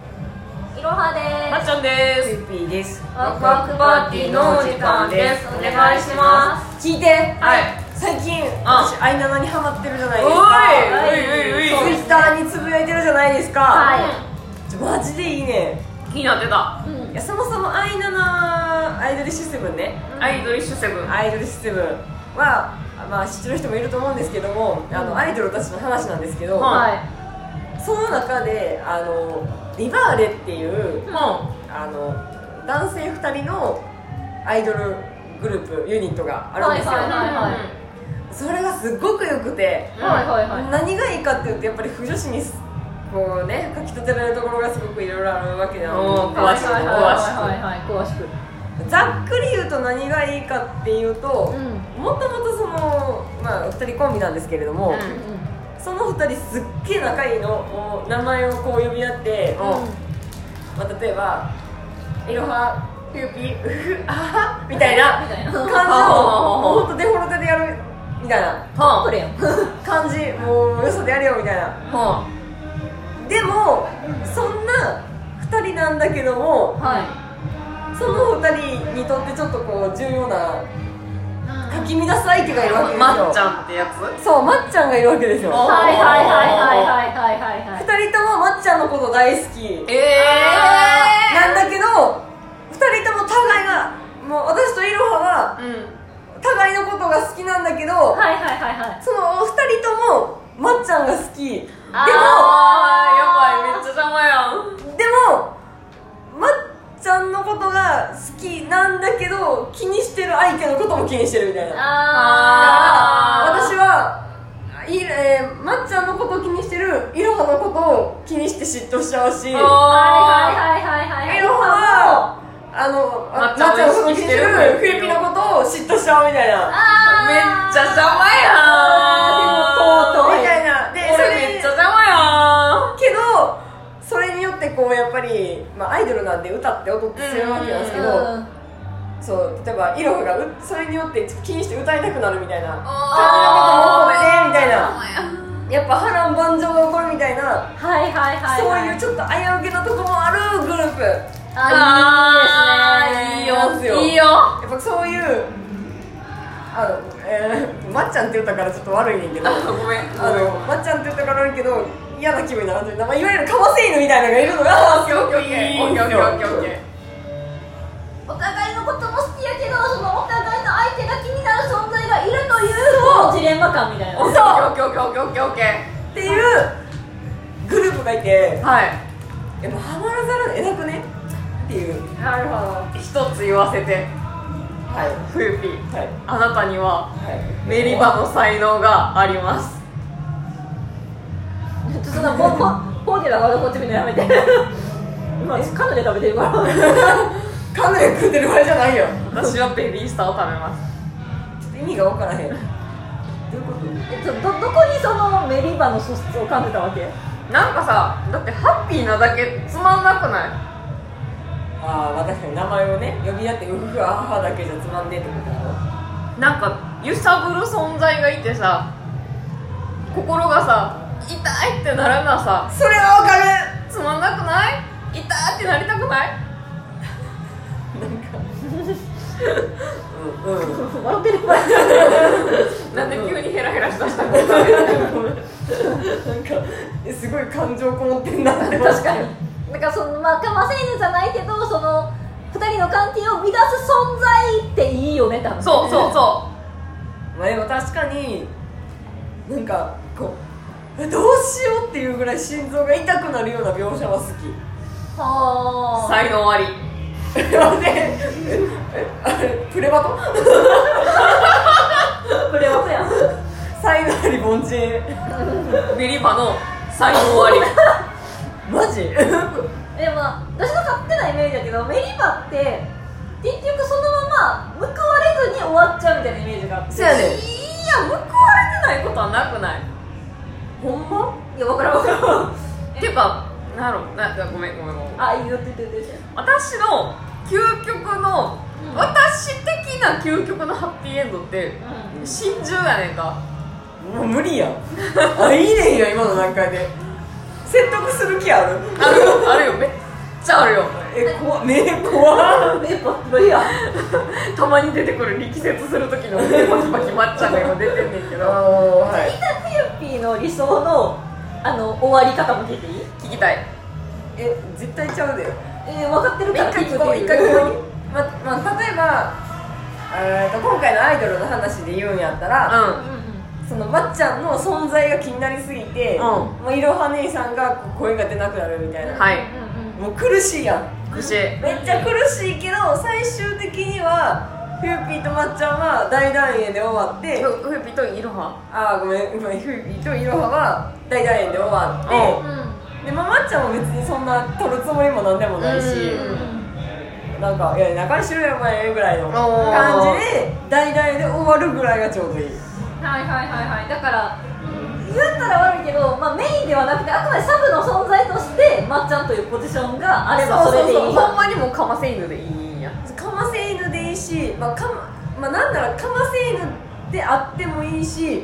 いろはまでっちゃんですゆぴーですすワクワクパーティーのお時間ですお願いします聞いてはい最近私アイナナにハマってるじゃないですいかおいおいおいおツイいッターにつぶやいてるじゃないですか、はちょマジでいいね気になってたい、うんいやそもそもアイナナアイドルシステムねアイドリッシュセブンアイドルシステムはまあ知ってる人もいると思うんですけどもあのアイドルたちの話なんですけど、ははいその中であのリバーレっていうもあの男性2人のアイドルグループユニットがあるんですよ、はいはいはいうそれがすごくよくて、うんはいはいはい何がいいかっていうとやっぱり腐女子にこうねかきたてられるところがすごくいろいろあるわけなのおーで詳しくはいはい詳しくはいはいはい詳しくざっくり言うと何がいいかっていうと、うんもともとその、まあ、2人コンビなんですけれども、うんその2人すっげえ仲いいのもう名前をこう呼び合って、うんまあ、例えば「いろはピューピー うふあは」みたいなみたいな感ほうほじうほうほうをほんとデフォルテでやるみたいなカップルやん感じもうよそでやれよみたいな。もでもそんな2人なんだけどもはその2人にとってちょっとこう重要ないかき乱す相手がいるわけうですよまっちゃんってやつそうまっちゃんがいるわけですよお2はいはいはいはいはいはいはいはい人ともまっちゃんのこと大好きええなんだけど2人とも互いがもう私といろははうん互いのことが好きなんだけど、はいはいはいはいそのお二人ともまっちゃんが好きでもあーやばいめっちゃ邪魔やんでもまっちゃんのことが好きなんだけど気にしてる相手のことも気にしてるみたいなあー私はい、えーまっちゃんのことを気にしてるいろはのことを気にして嫉妬しちゃうしいろははいいはいはいはいはいはあのまっちゃんをことを気にしてるフィリピのことを嫉妬しちゃうみたいなあーめっちゃ邪魔やんいみたいなでそ俺れめっちゃ邪魔やんけどそれによってこうやっぱり、まあ、アイドルなんで歌って踊ってするわけなんですけど、うんそう例えばイロハがうそれによって気にして歌いたくなるみたいなああーみたいなやっぱ波乱万丈が起こるみたいはな、いはいはいはいそういうちょっと危うげなとこもあるグループやあいいですねいいよっぱそういうあの、えーまっちゃんって言ったからちょっと悪いねんけどああごめんごめんのまっちゃんって言ったから悪いけど嫌な気分にならんというか、まあ、いわゆるカマセイヌみたいなのがいるのオッがケーオッケーオッケーオッケーお互いのことも好きやけどそのお互いの相手が気になる存在がいるというジレンマ感みたいなオッケーオッケーオッケーオッケーオッケーっていうグループがいてはいえもうハマらざるを得なくねっていうなるほど一つ言わせてはい冬ピーはいあなたにははいメリバの才能がありますちょっとそんなポンポンポンで流れこっち見るのやめて 今カヌレ食べてるからカヌレ食ってる場合じゃないよ私はベビースターを食べます意味が分からへんどういうことえどどこにそのメリバの素質を感じたわけなんかさだってハッピーなだけつまんなくなああ確かに名前をね呼び合ってうふふあははだけじゃつまんねえってことだろいなんか揺さぶる存在がいてさ心がさ痛いってならなさそれは分かるつまんなくない痛いってなりたくないうんうん笑ってる場合じゃないなんで急にヘラヘラしだしたのなんかえすごい感情こもってんなって確かになんかそのまあかませ犬じゃないけどその二人の関係を乱す存在っていいよね多分そうそうそまあでも確かになんかこうえどうしようっていうぐらい心臓が痛くなるような描写は好きはうあ才能ありでええあれプレバトプレオフやん才能あり凡人メリバの才能ありマジでも私の勝手なイメージだけどメリバって結局そのまま報われずに終わっちゃうみたいなイメージがあってそうやねんいや報われてないことはなくないほんまいや分からん分からんっていうかなんやろなんかごめんごめんごめんあいいよって言って言って私の究極の、うん私的な究極のハッピーエンドってう真珠やねんかもう無理やんあいいねんや今の段階で説得する気あるあるよあるよめっちゃあるよえ怖目怖っ目パッロイヤたまに出てくる力説する時の腕パキパキ抹茶が今出てんねんけあーどはイいタピューピーの理想のあの終わり方も聞いていい聞きたいえ絶対ちゃうだよえー、分かってる一から回聞こう聞一いて回る聞こままあ例えばえーと今回のアイドルの話で言うんやったら、ううんそのまっちゃんの存在が気になりすぎて、うんもういろは姉さんがこう声が出なくなるみたいな、うんはいうんうんもう苦しいやんうん口めっちゃ苦しいけど最終的にはフーピーとまっちゃんは大団円で終わって、ふふぴといろはああごめんごめんフーピーといろはは大団円で終わって、うんでまあまっちゃんも別にそんな取るつもりもなんでもないし、うんなんか「いや仲良しろよお前」ぐらいのおー感じで大々で終わるぐらいがちょうどいいはいはいはいはいだから言ったら悪いけど、まあ、メインではなくてあくまでサブの存在としてまっちゃんというポジションがあればそれでいいそうそうそうほんまにもうかませ犬でいいんやかませ犬でいいし、まあ、かままあなんならかませ犬であってもいいし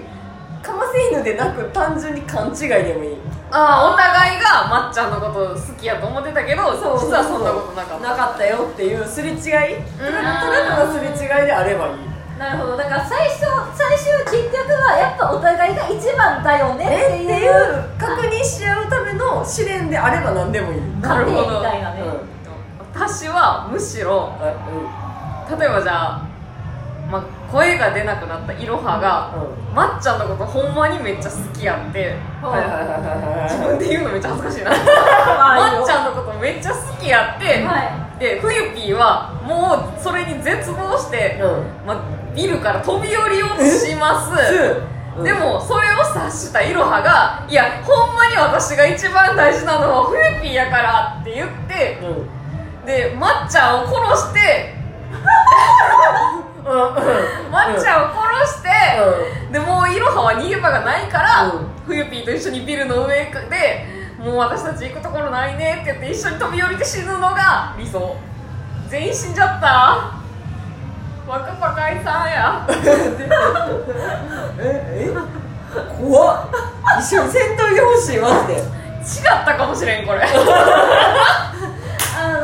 かませ犬でなく単純に勘違いでもいいああお互いがまっちゃんのこと好きやと思ってたけど実はそんなことなかったなかったよっていうすれ違いただただすれ違いであればいいなるほどだから最初最終結局はやっぱお互いが一番だよねってえっていいうう確認し合うための試練であれば何でもいいうん過程みたいなね、私はむしろあ例えばじゃあ、まあ、声が出なくなったいろはが、うんまっちゃんのことほんまにめっちゃ好きやってうんはいはいはいはい自はい分で言うのめっちゃ恥ずかしいなままっちゃんのことめっちゃ好きやって、はでふゆぴーはもうそれに絶望して、うまあ、ビルから飛び降りをしますんうんでもそれを察したいろはが「いやほんまに私が一番大事なのはふゆぴーやから」って言ってうんでまっちゃんを殺してうんうんまっちゃんを殺して、でもういろはは逃げ場がないから、うんふゆぴーと一緒にビルの上でもう私たち行くところないねって言って一緒に飛び降りて死ぬのが理想全員死んじゃった若葉解散やええ怖っ一緒に戦闘てほしいマジで違ったかもしれんこ れあの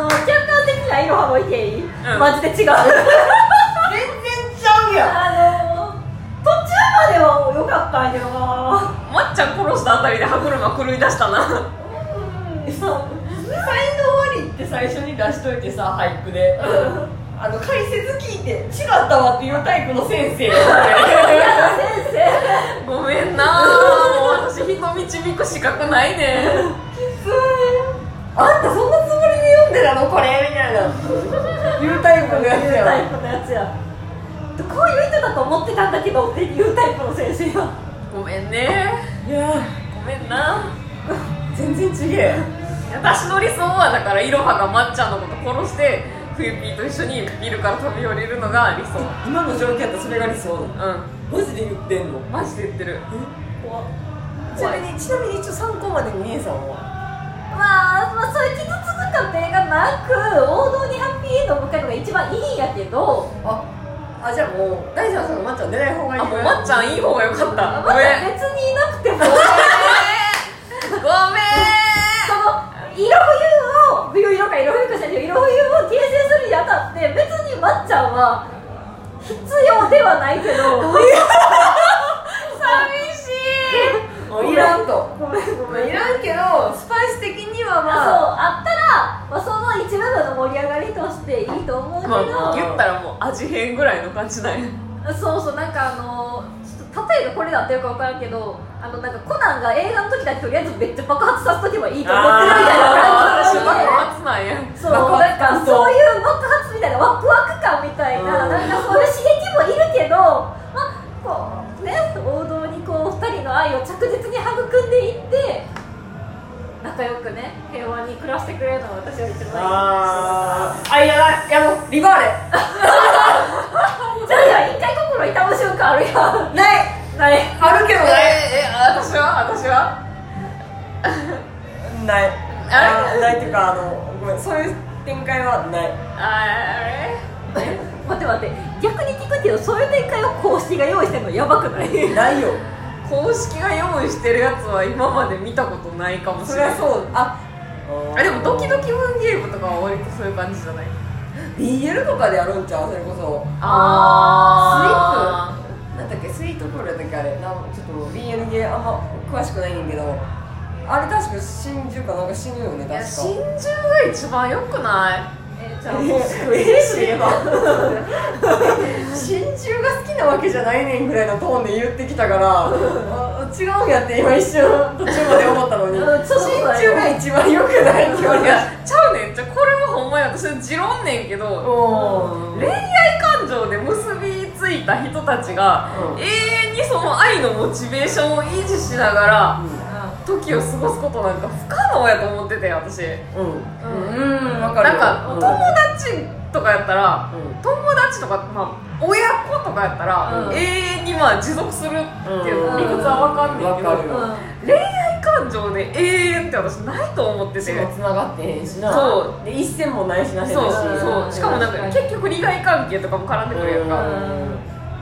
客観的ないろはもいていい、んマジで違う全然ちゃうやんあの途中までは良かったんやけどなまっちゃん殺したあたりで歯車狂い出したなうんそう才能ありって最初に出しといてさ俳句であの解説聞いて「違ったわ」っていうタイプの先生先生ごめんなもう私人導く資格ないねあんたそんなつもりで読んでたのこれみたいないうタイプのやつやタイんプのやつやこういう人だと思ってたんだけどっていうタイプの先生やごめんねいやごめんな全然ちげえ私の理想はだからいろはがまっちゃんのこと殺して冬ピーと一緒にビルから飛び降りるのが理想今の状況やったらそれが理想なのうマジで言ってんのんマジで言ってる怖っちなみにちなみに一応参考までに姉さんはまあ、まあ、そういう傷つく過程がなく王道にハッピーエンドを迎えるのが一番いいんやけどああじゃあもう大ちゃんさんがまっちゃん出ない方がいいあもうまっちゃんいい方がよかったまごだめん別にいなくてもそごめんの色冬を色か色冬かしら色冬を形成するにあたって別にまっちゃんは必要ではないけど寂しいもういらんとごめんごめんいらんけどスパイス的にはまあまそうあったら、あまあ、その一部分の盛り上がりとしていいと思うけど、まあ言ったらもう味変ぐらいの感じなんやそうそうなんかあのちょっと例えばこれだってよく分からんけどあのなんかコナンが映画の時だけとりあえずめっちゃ爆発させとけばいいと思ってるみたいな私感じ爆なので発なんやそう爆なん発かそういう爆発みたいなワクワク感みたいな,、うんなんかそういう刺激もいるけどまあこうね王道にこう2人の愛を着実に育んでいって仲良くね平和に暮らしてくれるのが私は一番いいあーあいやないやろうリバーレじゃあ一回心痛む瞬間あるやないんない あるけどえないえ私は私はないああないっていうかあのごめんそういう展開はないあれ待って待って逆に聞くけどそういう展開を公式が用意してるのやばくないないよ公式が用意してるやつは今まで見たことないかもしそれりないゃそうああでもドキドキムンゲームとかは割とそういう感じじゃない BL とかでやるんちゃうそれこそあースイートなんだっけスイートプールだっけあれなんちょっと BL ゲーあんま詳しくないねんけどあれ確か真珠かなんか死ぬよねいや確真か珠が一番よくないえじゃあもうええし言えば 真珠が好きなわけじゃないねんぐらいのトーンで言ってきたからあ違うんやって今一瞬途中まで思ったのにうんそう真だ珠よが一番良くないって言われいたやちゃうねんじゃあこれもほんまに私の持論ねんけどお恋愛感情で結びついた人たちがうん永遠にその愛のモチベーションを維持しながら時を過ごすことなんか不可能やと思ってて私うんううんわかるなんかう友ん達とかやったらうん友達とか、まあ、親子とかやったら、うん永遠にまあ持続するっていう理屈は分かんねんけど、わかるうん恋愛感情で永遠って私ないと思ってて血そうもつながってへんしなそうで一銭もないしなへんしそうしかもなんか結局利害関係とかも絡んでくるやんか、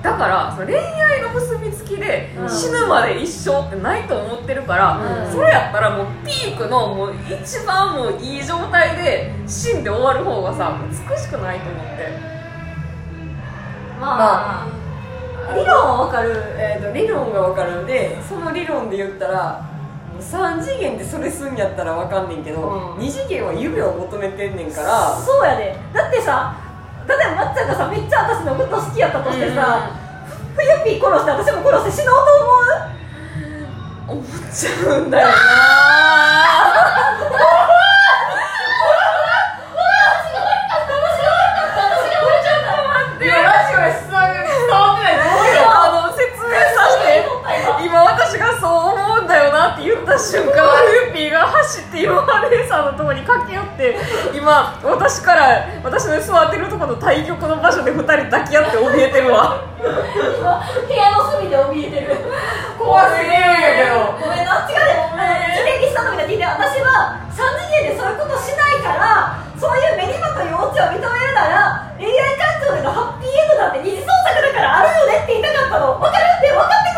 だからその恋愛の結びつきでうん死ぬまで一生ってないと思ってるから、うんそれやったらもうピークのもう一番もういい状態で死んで終わる方がさ美しくないと思ってまあ、理論はわかるえー、と理論が分かるんでその理論で言ったら3次元でそれすんやったら分かんねんけど、うん2次元は夢を求めてんねんからそうやでだってさだってまっちゃんがさめっちゃ私のこと好きやったとしてさ、ふゆぴー殺して私も殺して死のうと思う思っちゃうんだよないやラジオで伝わる伝わってないと思うよあの説明させて今私がそう思うんだよなって言った瞬間ルーピーが走って URA さんのとこに駆け寄って今私から私の座ってるとこの対局の場所で2人抱き合って怯えてるわ今部屋の隅で怯えてる怖すぎるんやごめんな違うよ秀樹さんのみたいに聞いて私は3次元でそういうことしないからそういうメリマというオチを認めるなら恋愛感情でのハッピーエンドだって二次創作だからあるよねって言いたかったの分かるって分かって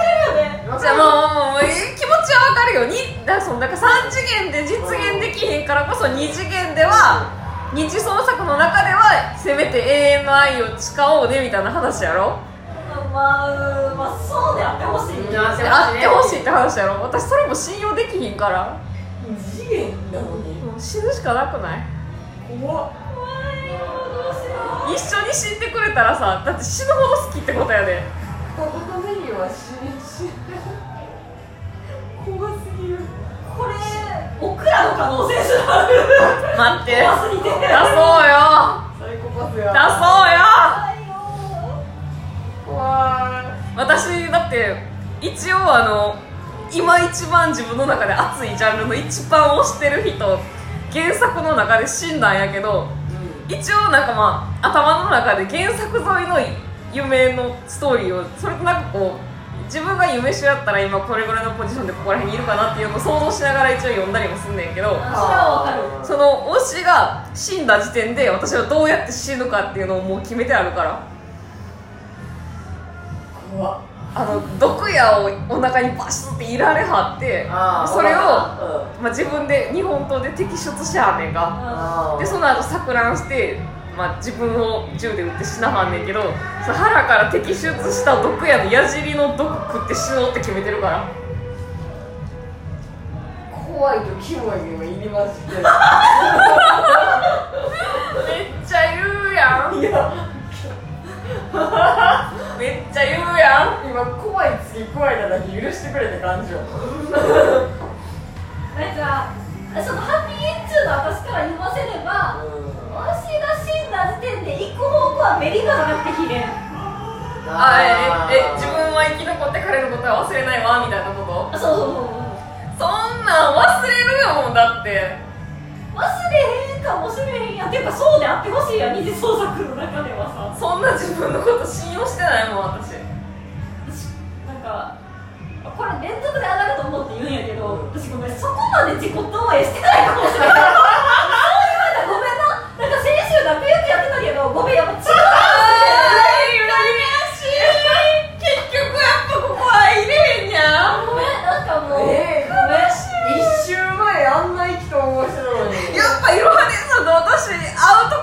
くれるよねじゃあもうもうもうえ気持ちは分かるよにだからそのなんか3次元で実現できへんからこそ2次元では日創作の中ではせめて永遠の愛を誓おうねみたいな話やろまあ、うんまあ、そうであってほしいあってほしいって話やろ私それも信用できひんから2次元なのにもう死ぬしかなくない怖っ一緒に死んでくれたらさだって死ぬほど好きってことやでここのメニューは死に死に怖すぎるこれ僕らの可能性すらある待って出怖すぎてそうよサイコパス出やそうよ怖いよ怖私だって一応あの今一番自分の中で熱いジャンルの一番推してる人原作の中で死んだんやけどい、一応なんかまあ頭の中で原作沿いの夢のストーリーをそれとなんかこう自分が夢主やったら今これぐらいのポジションでここら辺にいるかなっていうのを想像しながら一応読んだりもすんねんけどそれはわかるその推しが死んだ時点で私はどうやって死ぬかっていうのをもう決めてあるから怖っあの毒矢をお腹にバシッていられはってあーそれを、わまあ、自分で日本刀で摘出しはんねんがかでるその後錯乱して、まあ、自分を銃で撃って死なはんねんけどその腹から摘出した毒矢の矢尻の毒食って死のうって決めてるからうん怖いとキモいが入りましてめっちゃ言うやいやん めっちゃ言うや今怖い次怖いなだけ許してくれって感じよなんかそのハッピーエンドの私から言わせれば推しが死んだ時点で行く方向はメリーがなくて秘伝んあええ自分は生き残ってくれることは忘れないわみたいなことあそうそうそうそんなん忘れるよだって忘れへんかもしれへんやんっていうかそうであってほしいやん二次創作の中ではさそんな自分のこと信用してないもん私なんかこれ連続で上がると思うって言うんやけど私ごめんそこまで自己投影してないかもしれないそう言われたらごめんななんか先週仲良くやってたけどごめんやっぱ違うしい結局やっぱここは入れへんやんごめんなんかもう、えーごめん 一周前あんな意気投合してたのにやっぱいろは姉さんと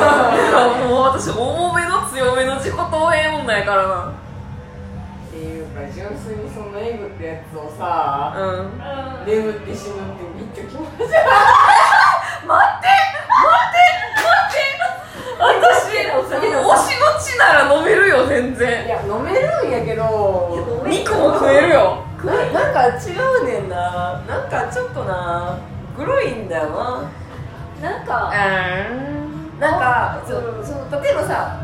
私重めの強めの自己投影女やかっていうか純粋にそのエグってやつをさらなうん眠って死ぬってめっちゃ気持ち悪い私お推酒しのの血なら飲めるよ全い然や飲めるんやけど肉も食えるよななんか違うねんななんかちょっとなグロいんだよななんかうなんかそうそう例えばさ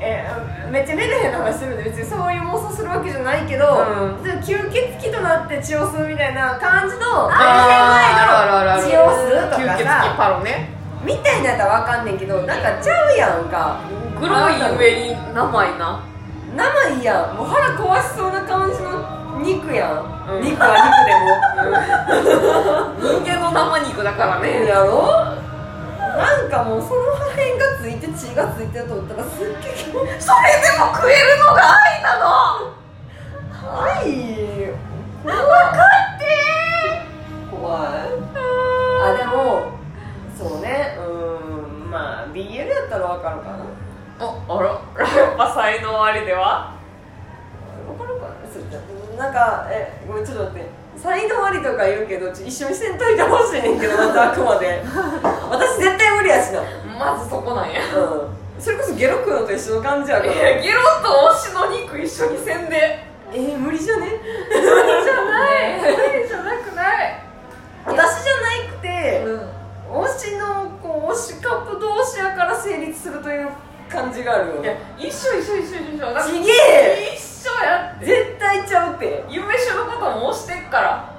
えーめっちゃメルヘンの話するんで別にそういう妄想するわけじゃないけど、うん例えば吸血鬼となって血を吸うみたいな感じのあるあるあるある血を吸うと吸か血鬼さパロねみたいなやったらわかんねんけどなんかちゃうやんかグロい上に生いな生いやんもう腹壊しそうな感じの肉やん、うん肉は肉で人も間の生肉だからねえねやろなんかもうその破片がついて血がついてると思ったらすっげえ気それ持ちでも食えるのが愛なの悪い分かって怖いあでもそうねうんまあ BL やったらわかるかなわああらやっぱ才能ありではかるかなそれじゃなんかえごめんちょっと待って才能ありとか言うけどちょ一緒にせんといてほしいねんけどまたあくまで私絶対無理やしなうまずそこなんやんそれこそゲロ食うのと一緒の感じやいからやゲロと推しの肉一緒にせんでえー、無理じゃねじゃないじゃなくない私じゃなくて、うん推しのこう推しカップ同士やから成立するという感じがあるよいや一緒一緒一緒一緒一緒だってちげえ一緒やって絶対ちゃうって夢衆のことも推してっから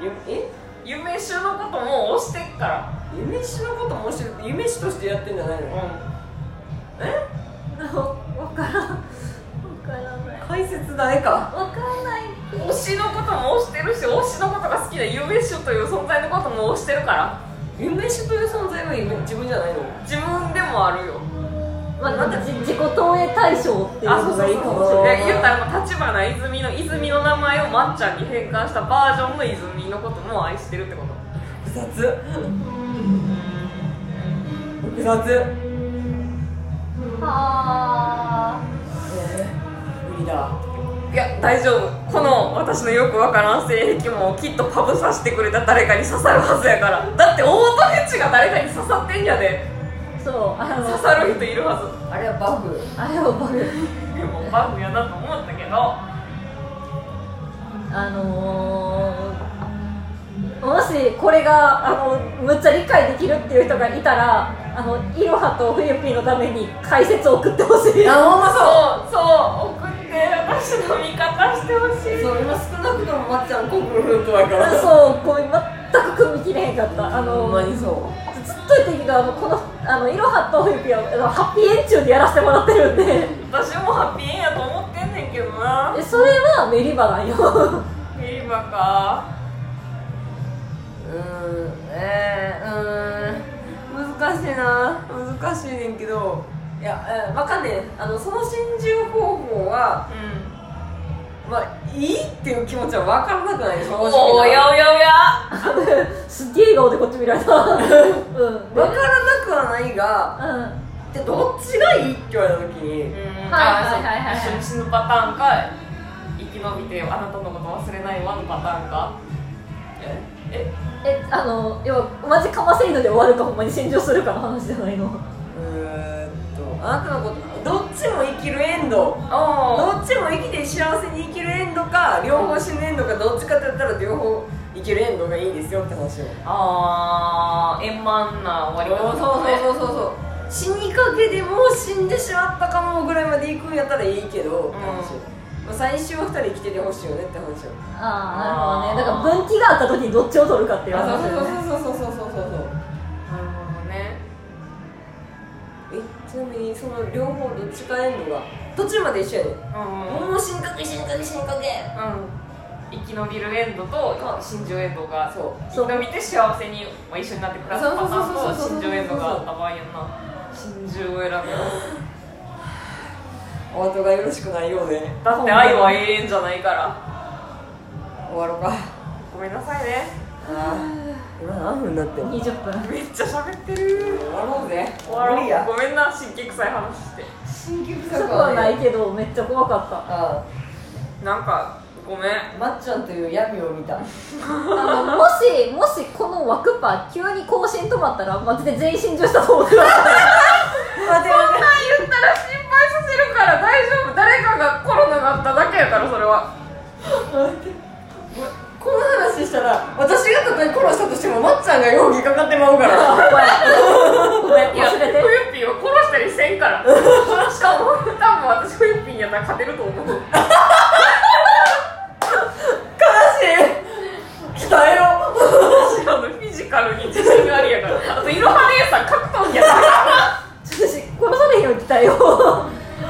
ゆえ夢衆のことも推してっから夢主のことも推し夢主としてやってんじゃないのうなわからんわからない解説誰かわかんないん推しのことも推してるし推しのことが好きな夢衆という存在のことも推してるから夢主という存在は夢自分じゃないの自分でもあるよまあなんかじ自己投影対象っていうあそのうそがういいそうかもしそうれでない言ったらもう立花泉の泉の名前をまっちゃんに変換したバージョンの泉のことも愛してるってこと複雑複雑はえー無理だいや大丈夫この私のよくわからん性癖もきっとパブさしてくれた誰かに刺さるはずやからだって大戸フェチが誰かに刺さってんやであそうあ刺のさる人いるはずあれはバフあれをバグでもバフやなと思ったけどあのー、もしこれがあのむっちゃ理解できるっていう人がいたらあのイロハとフユピーのために解説を送ってほしいあほんま そうそう送って私の味方してほしいそう今少なくともまっちゃんコンクルフントだからそうこう全く組み切れへんかったあほんのまーにそうずっと言ってるけどあのこのあのイロハとフユピーはあのハッピーエンチューでやらせてもらってるんで私もハッピーエンやと思ってんねんけどなえそれはメリバなん よメリバかうーんえー、うーん難しいな難しいねんけどいや、えー、わかんねえあのその心中方法はうんまあいいっていう気持ちはわからなくない正おお直やおやおやすっげえ笑顔でこっち見られたうんでわからなくはないがうんでどっちがいいって言われた時うにんはいはいはいはいあそう一緒に死ぬパターンか生き延びてあなたのこと忘れないわのパターンかえええあの要はマジかませ犬で終わるかほんまに心情するかの話じゃないのうーんとあなたのことどっちも生きるエンドおどっちも生きて幸せに生きるエンドか両方死ぬエンドかどっちかって言ったら両方生きるエンドがいいですよって話をあー円満な終わりそ方うですそうねそうそうそう死にかけでもう死んでしまったかもぐらいまで行くんやったらいいけど、って話まあ最終は2人生きててほしいよねって話をああなるほどねだから分岐があった時にどっちを取るかっていう話だよねそうそうそうそうそうそうそなるうほどねえちなみにその両方どっちかエンドが途中まで一緒やねうんうんんもう死にかけ死にかけ死にかけ生き延びるエンドと心情エンドがそう生き延びて幸せにまあ一緒になってくださったパターンとそうそうそうそうそう心情エンドがあった場合やんな心情を選ぶよお後がよろしくないようでだって愛は永遠じゃないから終わろうかごめんなさいねあ今何分になってんの20分めっちゃ喋ってる終わろうぜ終わろ無理うやごめんな神経臭い話して新規不臭くはないけどめっちゃ怖かったあなんかごめんあまっちゃんという闇を見たあのもしもしこのワクパ急に更新止まったらマジで全員心中したと思ってました待てそんなん言ったら心配させるから大丈夫誰かがコロナがあっただけやからそれはこの話したら私がたとえ殺したとしてもまっちゃんが容疑かかってまうかごらめんごめん忘れてゆっぴーを殺したりせんからしかも多分私ふゆっぴーやったら勝てると思う悲しい鍛えろ私あのフィジカルに自信がありやからあといろは姉さん格闘技やから私殺されへんよ期待を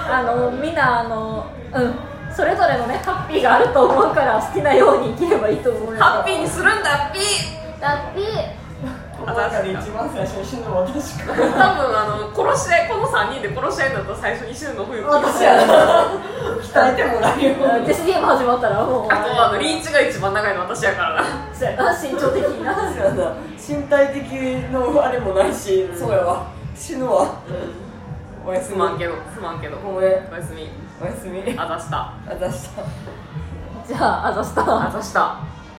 あのみんなあのうんそれぞれのねハッピーがあると思うから好きなように生きればいいと思うよハッピーにするんだピーハッピーこの中で一番最初に死ぬのは私か多分あの殺し合いこの3人で殺し合いになったら最初に死ぬの冬木私やな鍛えてもらえデよスゲーム始まったらもうあとあのリーチが一番長いの私やからなそうやな身長的になそうやな 身体的のあれもないしそうやわ死ぬわおやすすみまんけどすまんけどごおめんおややすみすみあざしたあざしたじゃああざした あざした